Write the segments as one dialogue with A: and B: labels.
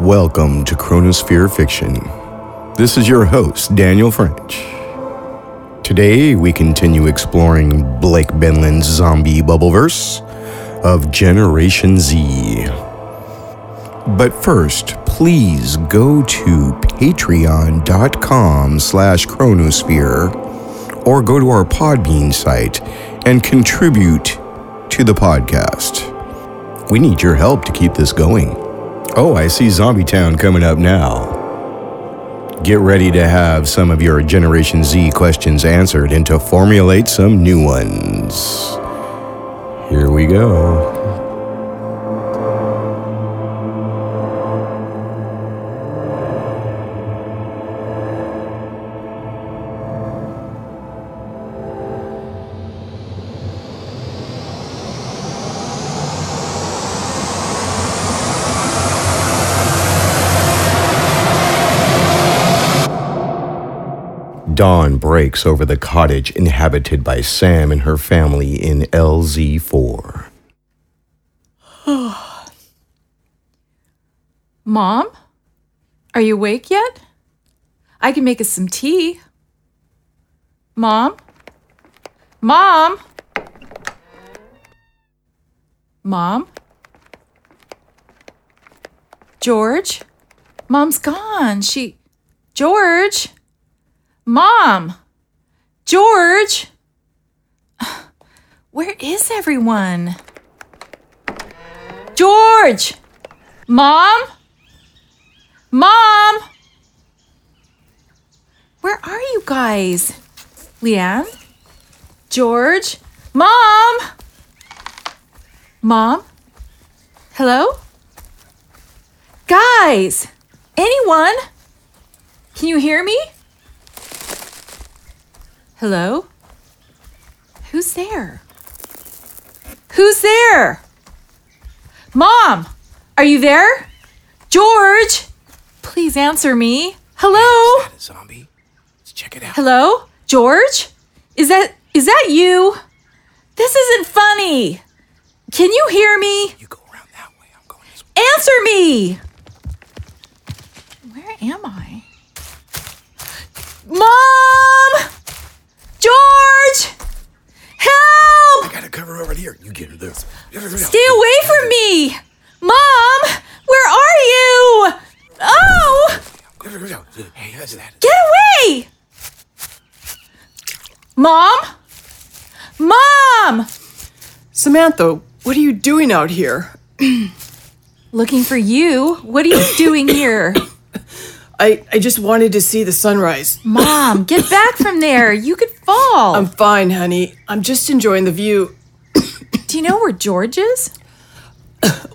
A: Welcome to Chronosphere Fiction. This is your host, Daniel French. Today, we continue exploring Blake Benlin's zombie bubbleverse of Generation Z. But first, please go to patreon.com slash chronosphere or go to our Podbean site and contribute to the podcast. We need your help to keep this going. Oh, I see Zombie Town coming up now. Get ready to have some of your Generation Z questions answered and to formulate some new ones. Here we go. Dawn breaks over the cottage inhabited by Sam and her family in LZ4.
B: Mom? Are you awake yet? I can make us some tea. Mom? Mom? Mom? George? Mom's gone. She. George? Mom! George! Where is everyone? George! Mom? Mom! Where are you guys? Leanne? George? Mom! Mom? Hello? Guys! Anyone? Can you hear me? Hello? Who's there? Who's there? Mom! Are you there? George! Please answer me. Hello?
C: Zombie, let's check it out.
B: Hello? George? Is that is that you? This isn't funny. Can you hear me?
C: You go around that way. I'm going this way.
B: Answer me! Where am I? Mom! George! Help!
C: I gotta cover over here. You get her there.
B: Stay away from me! Mom! Where are you? Oh!
C: Hey, that's that.
B: Get away! Mom? Mom!
D: Samantha, what are you doing out here?
B: Looking for you. What are you doing here?
D: I, I just wanted to see the sunrise.
B: Mom, get back from there. You could fall.
D: I'm fine, honey. I'm just enjoying the view.
B: Do you know where George is?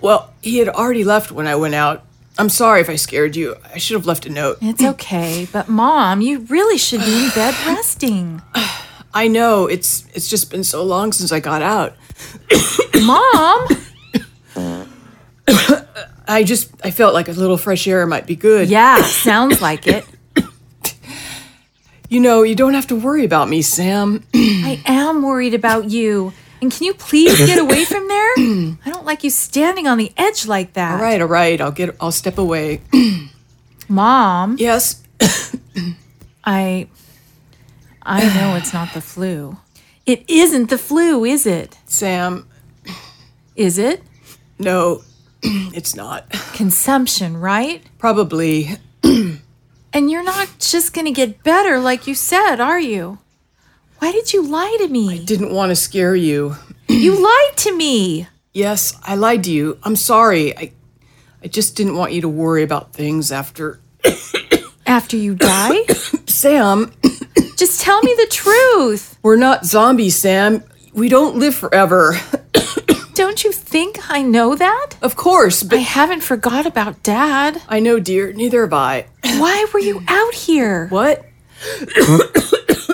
D: Well, he had already left when I went out. I'm sorry if I scared you. I should have left a note.
B: It's okay, but Mom, you really should be in bed resting.
D: I know, it's it's just been so long since I got out.
B: Mom!
D: I just I felt like a little fresh air might be good.
B: Yeah, sounds like it.
D: You know, you don't have to worry about me, Sam.
B: I am worried about you. And can you please get away from there? I don't like you standing on the edge like that.
D: all right, all right. I'll get I'll step away.
B: Mom,
D: yes.
B: I I know it's not the flu. It isn't the flu, is it?
D: Sam.
B: Is it?
D: No. it's not.
B: Consumption, right?
D: Probably
B: And you're not just going to get better like you said, are you? Why did you lie to me?
D: didn't want to scare you.
B: You lied to me.
D: Yes, I lied to you. I'm sorry. I I just didn't want you to worry about things after
B: After you die?
D: Sam,
B: just tell me the truth.
D: we're not zombies, Sam. We don't live forever.
B: Don't you think I know that?
D: Of course,
B: I
D: but
B: haven't forgot about Dad.
D: I know, dear, neither have I.
B: Why were you out here?
D: What?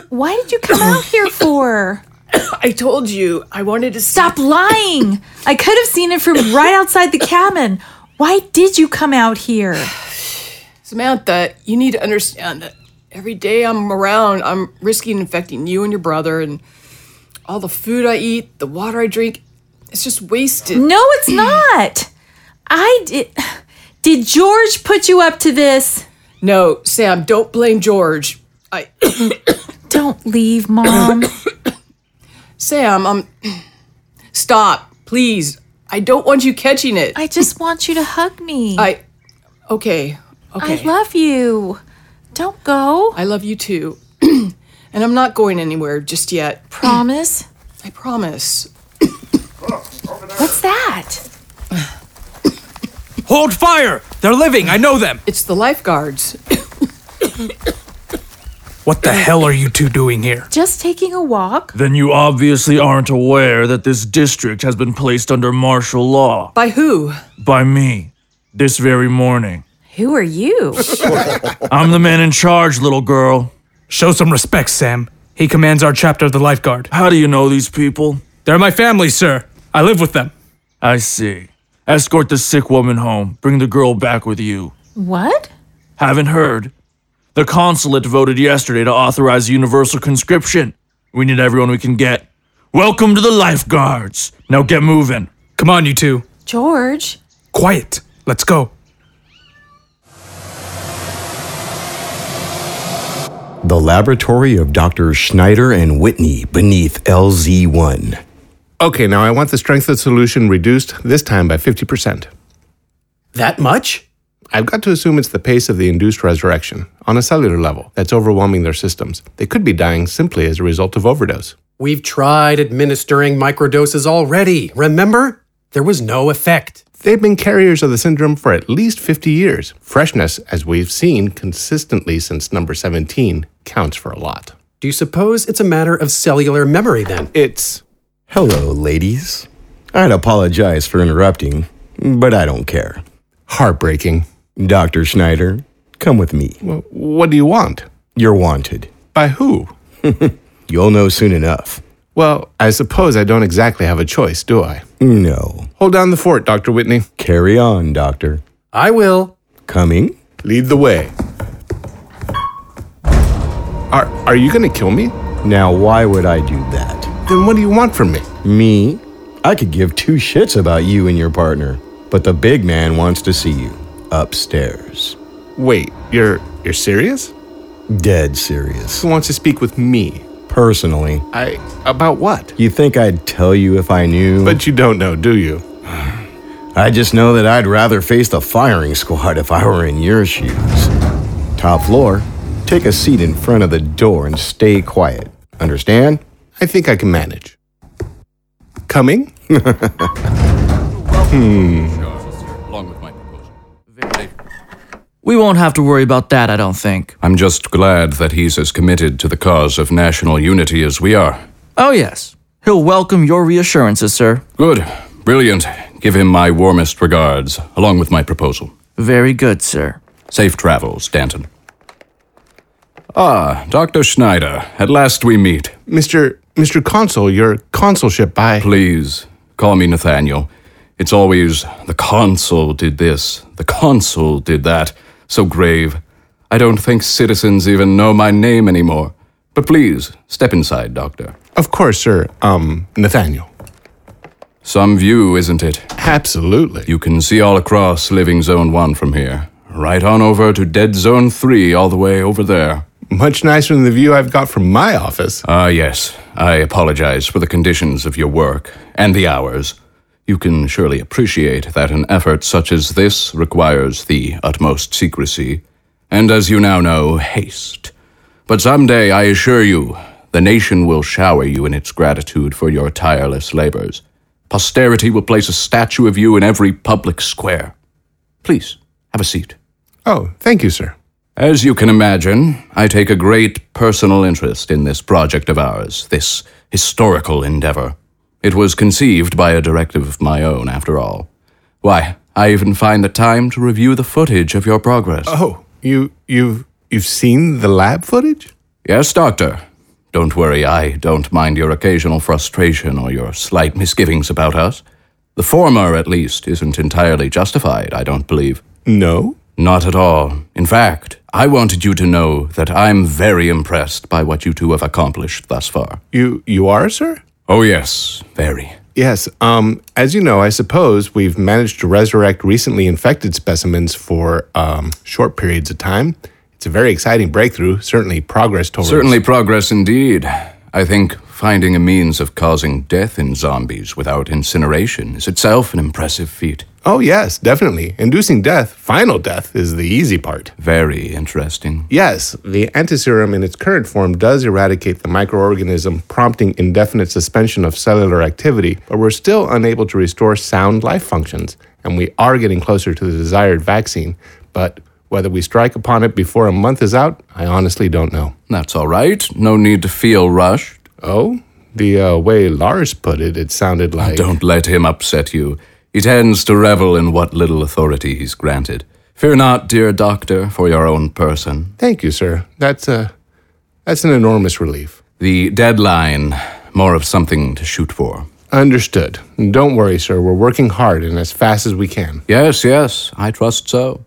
B: Why did you come out here for?
D: I told you I wanted to
B: Stop lying! I could have seen it from right outside the cabin. Why did you come out here?
D: Samantha, you need to understand that every day I'm around, I'm risking infecting you and your brother and all the food I eat, the water I drink, it's just wasted.
B: No, it's not. I did.
E: Did George put you up to this?
D: No, Sam, don't blame George. I,
E: Don't leave, Mom.
D: Sam, I'm. Stop, please. I don't want you catching it.
E: I just want you to hug me.
D: I okay,
E: I
D: okay.
E: love you. Don't go.
D: I love you too, and I'm not going anywhere just yet.
E: Promise.
D: I promise.
E: What's that?
F: Hold fire! They're living, I know them!
D: It's the lifeguards.
F: What the hell are you two doing here?
E: Just taking a walk?
G: Then you obviously aren't aware that this district has been placed under martial law
D: By who?
G: by me this very morning.
E: Who are you?
G: I'm the man in charge, little girl.
F: Show some respect, Sam. He commands our chapter of the lifeguard.
G: How do you know these people?
F: They're my family, sir. I live with them.
G: I see. Escort the sick woman home. Bring the girl back with you.
E: what?
G: Haven't heard. The consulate voted yesterday to authorize universal conscription. We need everyone we can get. Welcome to the lifeguards. Now get moving.
F: Come on, you two.
E: George?
F: Quiet. Let's go.
A: The laboratory of Dr. Schneider and Whitney beneath LZ1.
H: Okay, now I want the strength of solution reduced, this time by 50%.
I: That much?
H: I've got to assume it's the pace of the induced resurrection on a cellular level that's overwhelming their systems. They could be dying simply as a result of overdose.
I: We've tried administering microdoses already, remember? There was no effect.
H: They've been carriers of the syndrome for at least 50 years. Freshness, as we've seen consistently since number 17, counts for a lot.
I: Do you suppose it's a matter of cellular memory then?
H: It's
A: Hello, ladies. I'd apologize for interrupting, but I don't care.
H: heartbreaking.
A: Dr. Schneider, come with me.
H: Wh- What do you want?
A: You're wanted.
H: By who?
A: You'll know soon enough.
H: Well, I suppose I don't exactly have a choice, do I?
A: No.
H: Hold down the fort, Dr. Whitney.
A: Carry on, Doctor.
I: I will.
A: Coming?
H: Lead the way. Are, are you going to kill me?
A: Now, why would I do that?
H: Then what do you want from me?
A: Me? I could give two shits about you and your partner, but the big man wants to see you upstairs.
H: Wait, you're you're serious?
A: Dead serious.
H: Who wants to speak with me?
A: Personally,
H: I about what?
A: you think I'd tell you if I knew?
H: But you don't know, do you?
A: I just know that I'd rather face the firing squad if I were in your shoes. Top floor, take a seat in front of the door and stay quiet. Understand?
H: I think I can manage. Coming?
A: Hmm.
G: We won't have to worry about that, I don't think.
J: I'm just glad that he's as committed to the cause of national unity as we are.
G: Oh, yes. He'll welcome your reassurances, sir.
J: Good. Brilliant. Give him my warmest regards, along with my proposal.
G: Very good, sir.
J: Safe travels, Danton. Ah, Dr. Schneider, at last we meet.
H: Mr. Mr. Consul, your consulship by
J: Please, call me Nathaniel. It's always the consul did this, the consul did that. So grave. I don't think citizens even know my name anymore. But please, step inside, Doctor.
H: Of course, sir. Um Nathaniel.
J: Some view, isn't it?
H: Absolutely.
J: You can see all across Living Zone 1 from here. Right on over to Dead Zone 3, all the way over there.
H: Much nicer than the view I've got from my office.
J: Ah, yes. I apologize for the conditions of your work and the hours. You can surely appreciate that an effort such as this requires the utmost secrecy, and as you now know, haste. But someday, I assure you, the nation will shower you in its gratitude for your tireless labors. Posterity will place a statue of you in every public square. Please, have a seat.
H: Oh, thank you, sir.
J: As you can imagine, I take a great personal interest in this project of ours, this historical endeavor. It was conceived by a directive of my own, after all. Why, I even find the time to review the footage of your progress.
H: Oh, you you've you've seen the lab footage?
J: Yes, Doctor. Don't worry, I don't mind your occasional frustration or your slight misgivings about us. The former, at least, isn't entirely justified, I don't believe.
H: No.
J: Not at all. In fact, I wanted you to know that I'm very impressed by what you two have accomplished thus far.
H: You you are, sir?
J: Oh, yes, very.
H: Yes. Um, as you know, I suppose we've managed to resurrect recently infected specimens for um, short periods of time. It's a very exciting breakthrough, certainly progress towards.
J: Certainly progress indeed. I think finding a means of causing death in zombies without incineration is itself an impressive feat.
H: Oh, yes, definitely. Inducing death, final death, is the easy part.
J: Very interesting.
H: Yes, the antiserum in its current form does eradicate the microorganism, prompting indefinite suspension of cellular activity, but we're still unable to restore sound life functions, and we are getting closer to the desired vaccine. But whether we strike upon it before a month is out, I honestly don't know.
J: That's all right. No need to feel rushed.
H: Oh, the uh, way Lars put it, it sounded like.
J: Don't let him upset you. He tends to revel in what little authority he's granted. Fear not, dear doctor, for your own person.
H: Thank you, sir. That's a, that's an enormous relief.
J: The deadline, more of something to shoot for.
H: Understood. Don't worry, sir. We're working hard and as fast as we can.
J: Yes, yes, I trust so.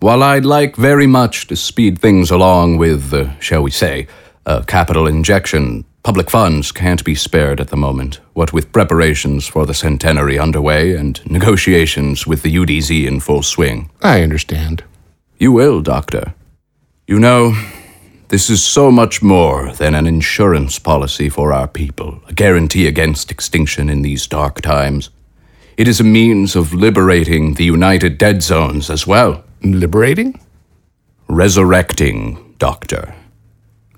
J: While I'd like very much to speed things along with, uh, shall we say, a capital injection, public funds can't be spared at the moment, what with preparations for the centenary underway and negotiations with the UDZ in full swing.
H: I understand.
J: You will, Doctor. You know, this is so much more than an insurance policy for our people, a guarantee against extinction in these dark times. It is a means of liberating the United Dead Zones as well.
H: Liberating?
J: Resurrecting, Doctor.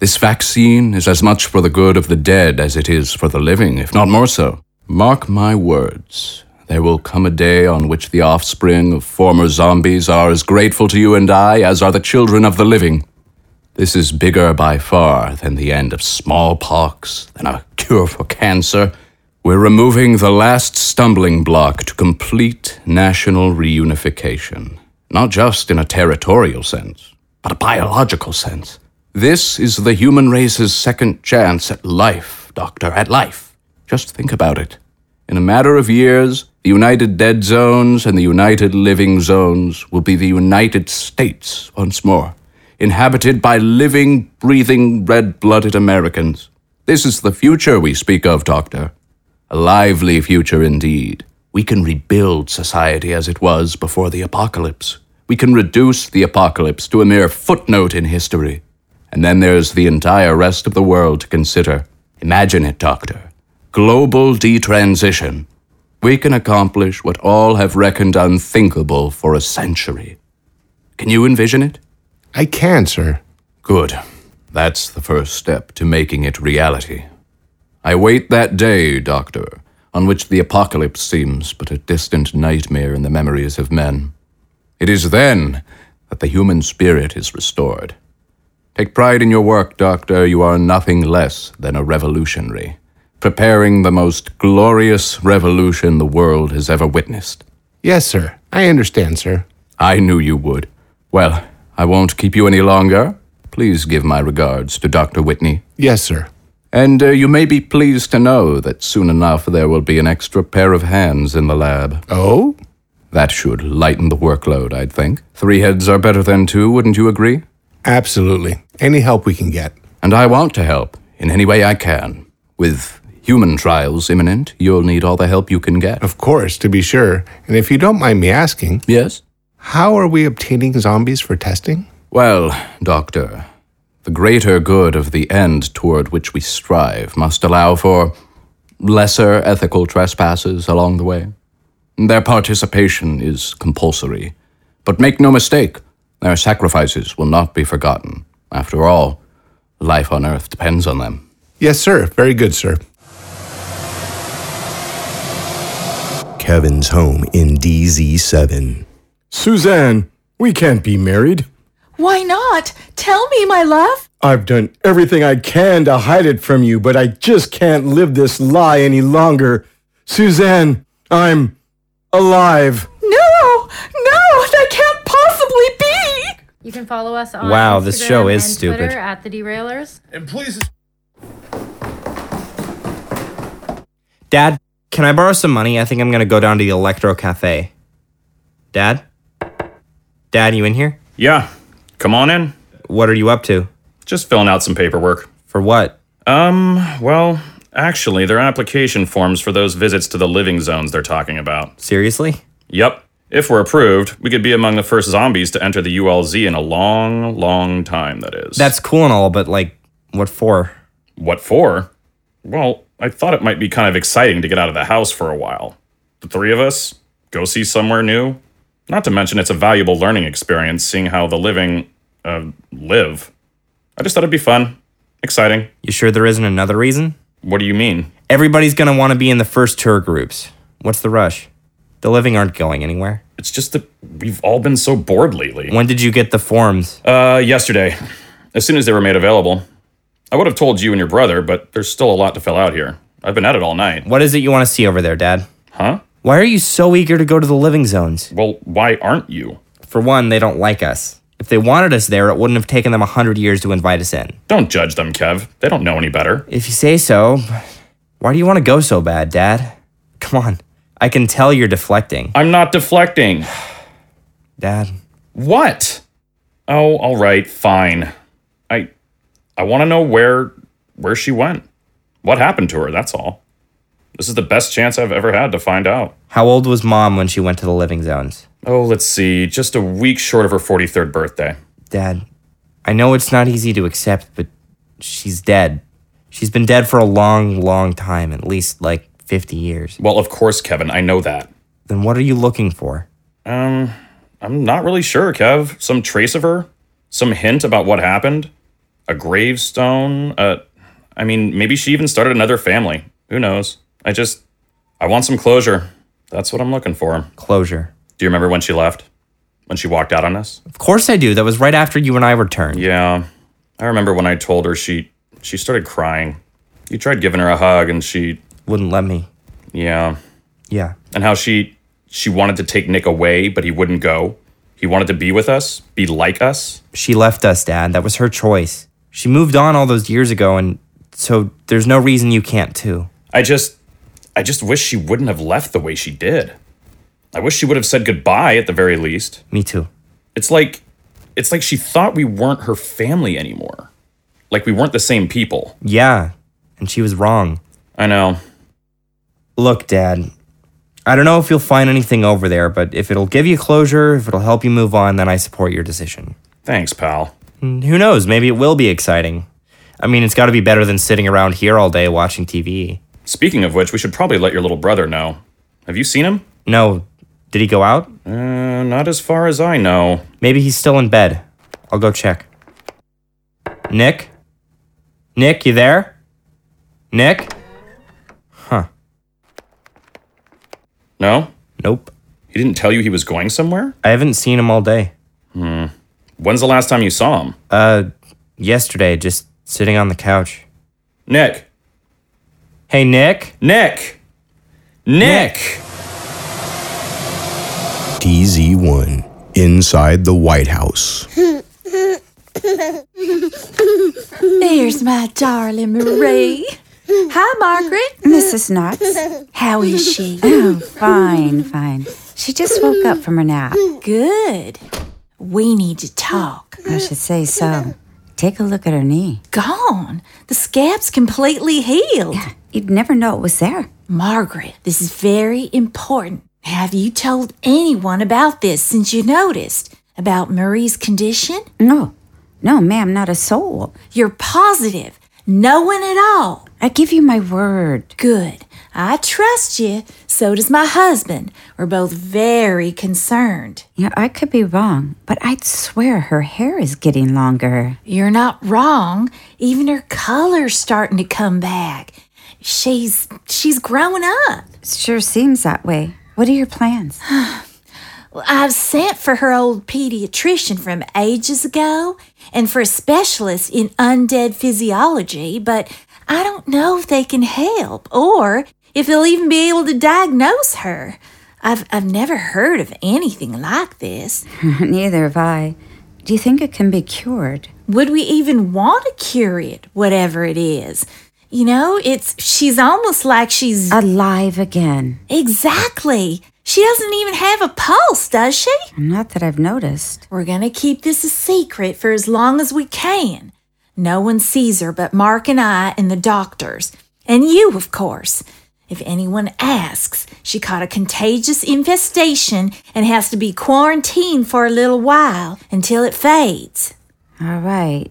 J: This vaccine is as much for the good of the dead as it is for the living, if not more so. Mark my words, there will come a day on which the offspring of former zombies are as grateful to you and I as are the children of the living. This is bigger by far than the end of smallpox, than a cure for cancer. We're removing the last stumbling block to complete national reunification, not just in a territorial sense, but a biological sense. This is the human race's second chance at life, Doctor, at life. Just think about it. In a matter of years, the United Dead Zones and the United Living Zones will be the United States once more, inhabited by living, breathing, red blooded Americans. This is the future we speak of, Doctor. A lively future indeed. We can rebuild society as it was before the apocalypse. We can reduce the apocalypse to a mere footnote in history. And then there's the entire rest of the world to consider. Imagine it, Doctor. Global detransition. We can accomplish what all have reckoned unthinkable for a century. Can you envision it?
H: I can, sir.
J: Good. That's the first step to making it reality. I wait that day, Doctor, on which the apocalypse seems but a distant nightmare in the memories of men. It is then that the human spirit is restored. Take pride in your work, Doctor. You are nothing less than a revolutionary, preparing the most glorious revolution the world has ever witnessed.
H: Yes, sir. I understand, sir.
J: I knew you would. Well, I won't keep you any longer. Please give my regards to Dr. Whitney.
H: Yes, sir.
J: And uh, you may be pleased to know that soon enough there will be an extra pair of hands in the lab.
H: Oh?
J: That should lighten the workload, I'd think. Three heads are better than two, wouldn't you agree?
H: Absolutely. Any help we can get.
J: And I want to help in any way I can. With human trials imminent, you'll need all the help you can get.
H: Of course, to be sure. And if you don't mind me asking,
J: Yes?
H: how are we obtaining zombies for testing?
J: Well, Doctor, the greater good of the end toward which we strive must allow for lesser ethical trespasses along the way. Their participation is compulsory. But make no mistake, their sacrifices will not be forgotten. After all, life on Earth depends on them.
H: Yes, sir. Very good, sir.
A: Kevin's home in DZ7.
K: Suzanne, we can't be married.
E: Why not? Tell me, my love.
K: I've done everything I can to hide it from you, but I just can't live this lie any longer. Suzanne, I'm alive.
E: No, no, that can't possibly be.
L: You can follow us on
M: Wow, this
L: Instagram
M: show is
L: and
M: stupid.
L: Twitter at the Derailers.
M: Dad, can I borrow some money? I think I'm gonna go down to the Electro Cafe. Dad? Dad, you in here?
N: Yeah, come on in.
M: What are you up to?
N: Just filling out some paperwork.
M: For what?
N: Um, well, Actually, they're application forms for those visits to the living zones they're talking about.
M: Seriously?
N: Yep. If we're approved, we could be among the first zombies to enter the ULZ in a long, long time, that is.
M: That's cool and all, but like, what for?
N: What for? Well, I thought it might be kind of exciting to get out of the house for a while. The three of us go see somewhere new. Not to mention, it's a valuable learning experience seeing how the living uh, live. I just thought it'd be fun, exciting.
M: You sure there isn't another reason?
N: What do you mean?
M: Everybody's gonna want to be in the first tour groups. What's the rush? The living aren't going anywhere.
N: It's just that we've all been so bored lately.
M: When did you get the forms?
N: Uh, yesterday, as soon as they were made available. I would have told you and your brother, but there's still a lot to fill out here. I've been at it all night.
M: What is it you want to see over there, Dad?
N: Huh?
M: Why are you so eager to go to the living zones?
N: Well, why aren't you?
M: For one, they don't like us. If they wanted us there, it wouldn't have taken them a hundred years to invite us in.
N: Don't judge them, Kev. They don't know any better.
M: If you say so, why do you want to go so bad, Dad? Come on. I can tell you're deflecting.
N: I'm not deflecting.
M: Dad.
N: What? Oh, all right, fine. I I want to know where where she went. What happened to her, that's all. This is the best chance I've ever had to find out.
M: How old was Mom when she went to the living zones?
N: Oh, let's see. Just a week short of her 43rd birthday.
M: Dad, I know it's not easy to accept, but she's dead. She's been dead for a long, long time, at least like 50 years.
N: Well, of course, Kevin, I know that.
M: Then what are you looking for?
N: Um, I'm not really sure, Kev. Some trace of her? Some hint about what happened? A gravestone? Uh, I mean, maybe she even started another family. Who knows? I just, I want some closure. That's what I'm looking for.
M: Closure.
N: Do you remember when she left? When she walked out on us?
M: Of course I do. That was right after you and I returned.
N: Yeah. I remember when I told her she she started crying. You tried giving her a hug and she
M: wouldn't let me.
N: Yeah.
M: Yeah.
N: And how she she wanted to take Nick away, but he wouldn't go. He wanted to be with us, be like us.
M: She left us, Dad. That was her choice. She moved on all those years ago and so there's no reason you can't too.
N: I just I just wish she wouldn't have left the way she did. I wish she would have said goodbye at the very least.
M: Me too.
N: It's like it's like she thought we weren't her family anymore. Like we weren't the same people.
M: Yeah. And she was wrong.
N: I know.
M: Look, Dad, I don't know if you'll find anything over there, but if it'll give you closure, if it'll help you move on, then I support your decision.
N: Thanks, pal.
M: And who knows? Maybe it will be exciting. I mean, it's got to be better than sitting around here all day watching TV.
N: Speaking of which, we should probably let your little brother know. Have you seen him?
M: No. Did he go out?
N: Uh, not as far as I know.
M: Maybe he's still in bed. I'll go check. Nick? Nick, you there? Nick? Huh.
N: No?
M: Nope.
N: He didn't tell you he was going somewhere?
M: I haven't seen him all day.
N: Hmm. When's the last time you saw him?
M: Uh, yesterday, just sitting on the couch.
N: Nick.
M: Hey, Nick?
N: Nick! Nick! Nick.
A: DZ1 inside the White House.
E: There's my darling Marie. Hi, Margaret.
O: Mrs. Knox.
E: How is she?
O: Oh, fine, fine. She just woke up from her nap.
E: Good. We need to talk.
O: I should say so. Take a look at her knee.
E: Gone. The scab's completely healed. Yeah,
O: you'd never know it was there.
E: Margaret, this is very important. Have you told anyone about this since you noticed? About Marie's condition?
O: No. No, ma'am, not a soul.
E: You're positive. No one at all.
O: I give you my word.
E: Good. I trust you. So does my husband. We're both very concerned.
O: Yeah, I could be wrong, but I'd swear her hair is getting longer.
E: You're not wrong. Even her color's starting to come back. She's she's growing up.
O: Sure seems that way. What are your plans?
E: well, I've sent for her old pediatrician from ages ago and for a specialist in undead physiology, but I don't know if they can help or if they'll even be able to diagnose her. I've, I've never heard of anything like this.
O: Neither have I. Do you think it can be cured?
E: Would we even want to cure it, whatever it is? You know, it's she's almost like she's
O: alive again.
E: Exactly. She doesn't even have a pulse, does she?
O: Not that I've noticed.
E: We're going to keep this a secret for as long as we can. No one sees her but Mark and I and the doctors. And you, of course. If anyone asks, she caught a contagious infestation and has to be quarantined for a little while until it fades.
O: All right.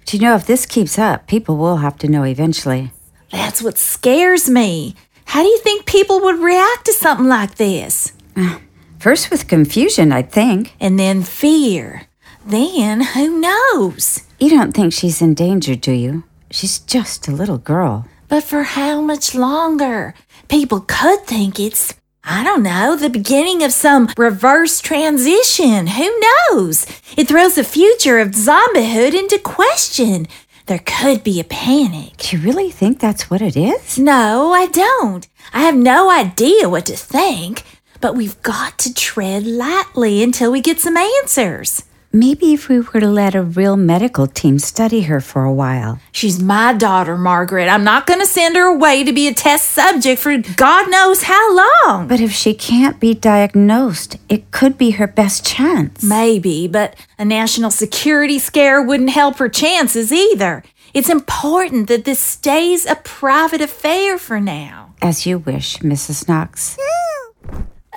O: But you know, if this keeps up, people will have to know eventually.
E: That's what scares me. How do you think people would react to something like this?
O: Ah, First with confusion, I'd think.
E: And then fear. Then who knows?
O: You don't think she's in danger, do you? She's just a little girl.
E: But for how much longer? People could think it's, I don't know, the beginning of some reverse transition. Who knows? It throws the future of zombiehood into question. There could be a panic.
O: Do you really think that's what it is?
E: No, I don't. I have no idea what to think. But we've got to tread lightly until we get some answers.
O: Maybe if we were to let a real medical team study her for a while.
E: She's my daughter, Margaret. I'm not going to send her away to be a test subject for God knows how long.
O: But if she can't be diagnosed, it could be her best chance.
E: Maybe, but a national security scare wouldn't help her chances either. It's important that this stays a private affair for now.
O: As you wish, Mrs. Knox.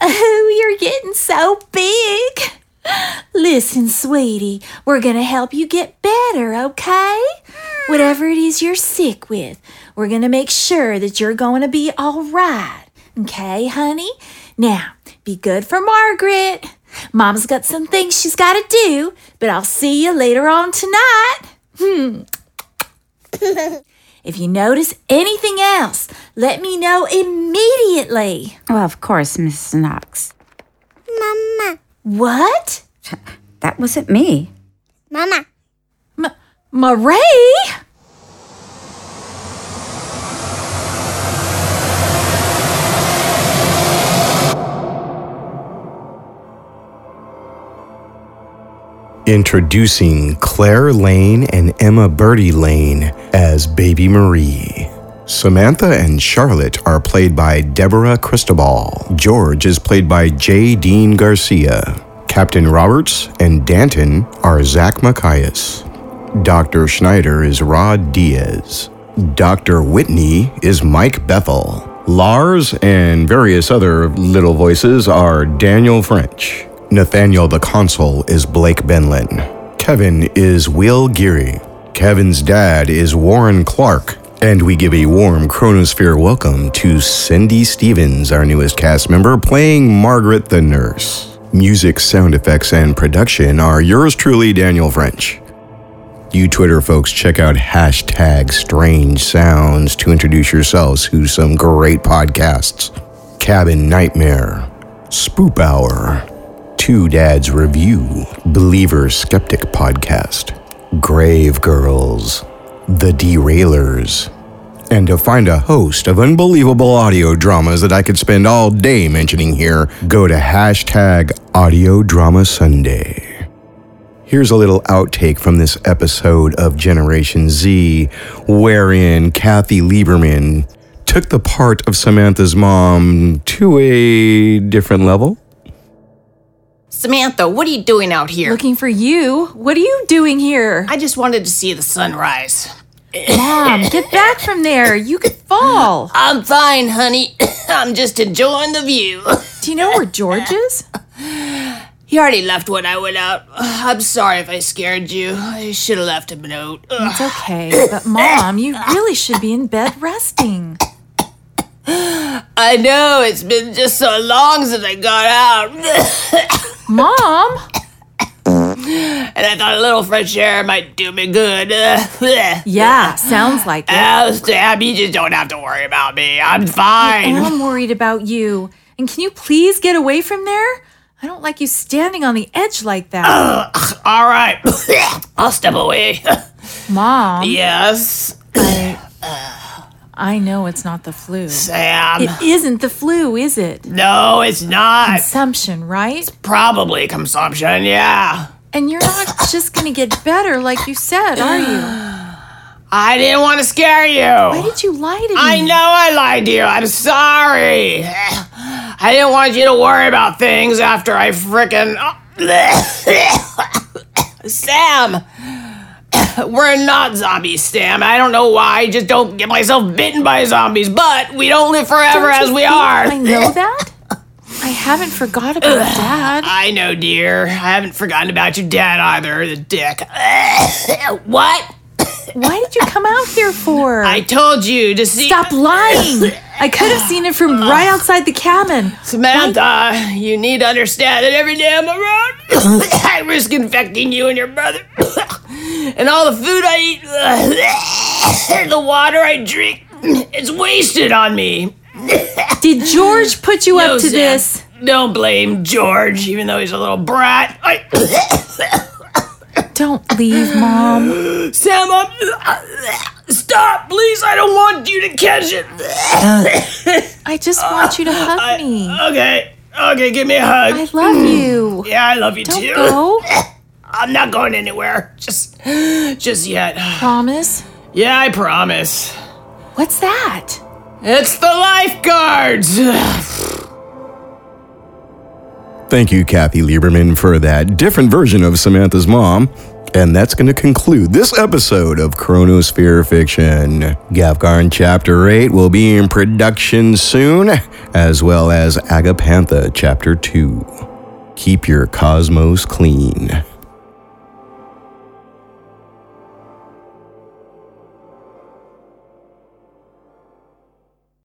E: Oh, you're getting so big. Listen, sweetie, we're going to help you get better, okay? Whatever it is you're sick with, we're going to make sure that you're going to be all right, okay, honey? Now, be good for Margaret. Mom's got some things she's got to do, but I'll see you later on tonight. Hmm. if you notice anything else, let me know immediately.
O: Well, of course, Mrs. Knox.
E: Mama. What?
O: That wasn't me.
E: Mama. M- Marie?
A: Introducing Claire Lane and Emma Birdie Lane as Baby Marie. Samantha and Charlotte are played by Deborah Cristobal. George is played by J. Dean Garcia. Captain Roberts and Danton are Zach Macias. Dr. Schneider is Rod Diaz. Dr. Whitney is Mike Bethel. Lars and various other little voices are Daniel French. Nathaniel the Consul is Blake Benlin. Kevin is Will Geary. Kevin's dad is Warren Clark. And we give a warm Chronosphere welcome to Cindy Stevens, our newest cast member, playing Margaret the Nurse. Music, sound effects, and production are yours truly, Daniel French. You Twitter folks, check out hashtag strange sounds to introduce yourselves to some great podcasts Cabin Nightmare, Spoop Hour, Two Dads Review, Believer Skeptic Podcast, Grave Girls, The Derailers, and to find a host of unbelievable audio dramas that I could spend all day mentioning here, go to hashtag Audio Drama Sunday. Here's a little outtake from this episode of Generation Z, wherein Kathy Lieberman took the part of Samantha's mom to a different level.
D: Samantha, what are you doing out here?
E: Looking for you? What are you doing here?
D: I just wanted to see the sunrise.
E: Mom, get back from there. You could fall.
D: I'm fine, honey. I'm just enjoying the view.
E: Do you know where George is?
D: He already left when I went out. I'm sorry if I scared you. I should have left him a note.
E: It's okay, but Mom, you really should be in bed resting.
D: I know, it's been just so long since I got out.
E: Mom?
D: and I thought a little fresh air might do me good.
E: Yeah, sounds like it.
D: Oh, Sam, you just don't have to worry about me. I'm fine.
E: I'm worried about you. And can you please get away from there? I don't like you standing on the edge like that.
D: All right. I'll step away.
E: Mom,
D: yes.
E: I know it's not the flu.
D: Sam.
E: It isn't the flu, is it?
D: no, it's not.
E: Consumption, right?
D: Probably consumption, yeah.
E: And you're not just going to get better like you said, are you?
D: I didn't want to scare you.
E: Why did you lie to me?
D: I know I lied to you. I'm sorry. I didn't want you to worry about things after I frickin'. Sam!
P: We're not zombies, Sam. I don't know why. I just don't get myself bitten by zombies, but we don't live forever
E: Don't
P: as
E: you
P: we
E: think
P: are.
E: I know that. I haven't forgot about that.
P: I know, dear. I haven't forgotten about your dad either, the dick. what?
E: Why did you come out here for? I
P: told you to see.
E: Stop lying! I could have seen it from right outside the cabin.
P: Samantha, you need to understand that every day I'm around, I risk infecting you and your brother. and all the food I eat, and the water I drink, it's wasted on me.
E: Did George put you
P: No,
E: up to
P: Sam,
E: this?
P: Don't blame George, even though he's a little brat. I-
E: Don't leave, Mom.
P: Sam, I'm. Stop, please. I don't want you to catch it. Uh,
E: I just want you to hug me.
P: Okay. Okay, give me a hug. Mm.
E: I love you.
P: Yeah, I love you
E: Don't
P: too.
E: go.
P: I'm not going anywhere. Just just yet.
E: Promise?
P: Yeah, I promise.
E: What's that?
P: It's the lifeguards.
A: Thank you, Kathy Lieberman, for that different version of Samantha's mom. And that's going to conclude this episode of Chronosphere Fiction. Gavgarn Chapter 8 will be in production soon, as well as Agapantha Chapter 2. Keep your cosmos clean.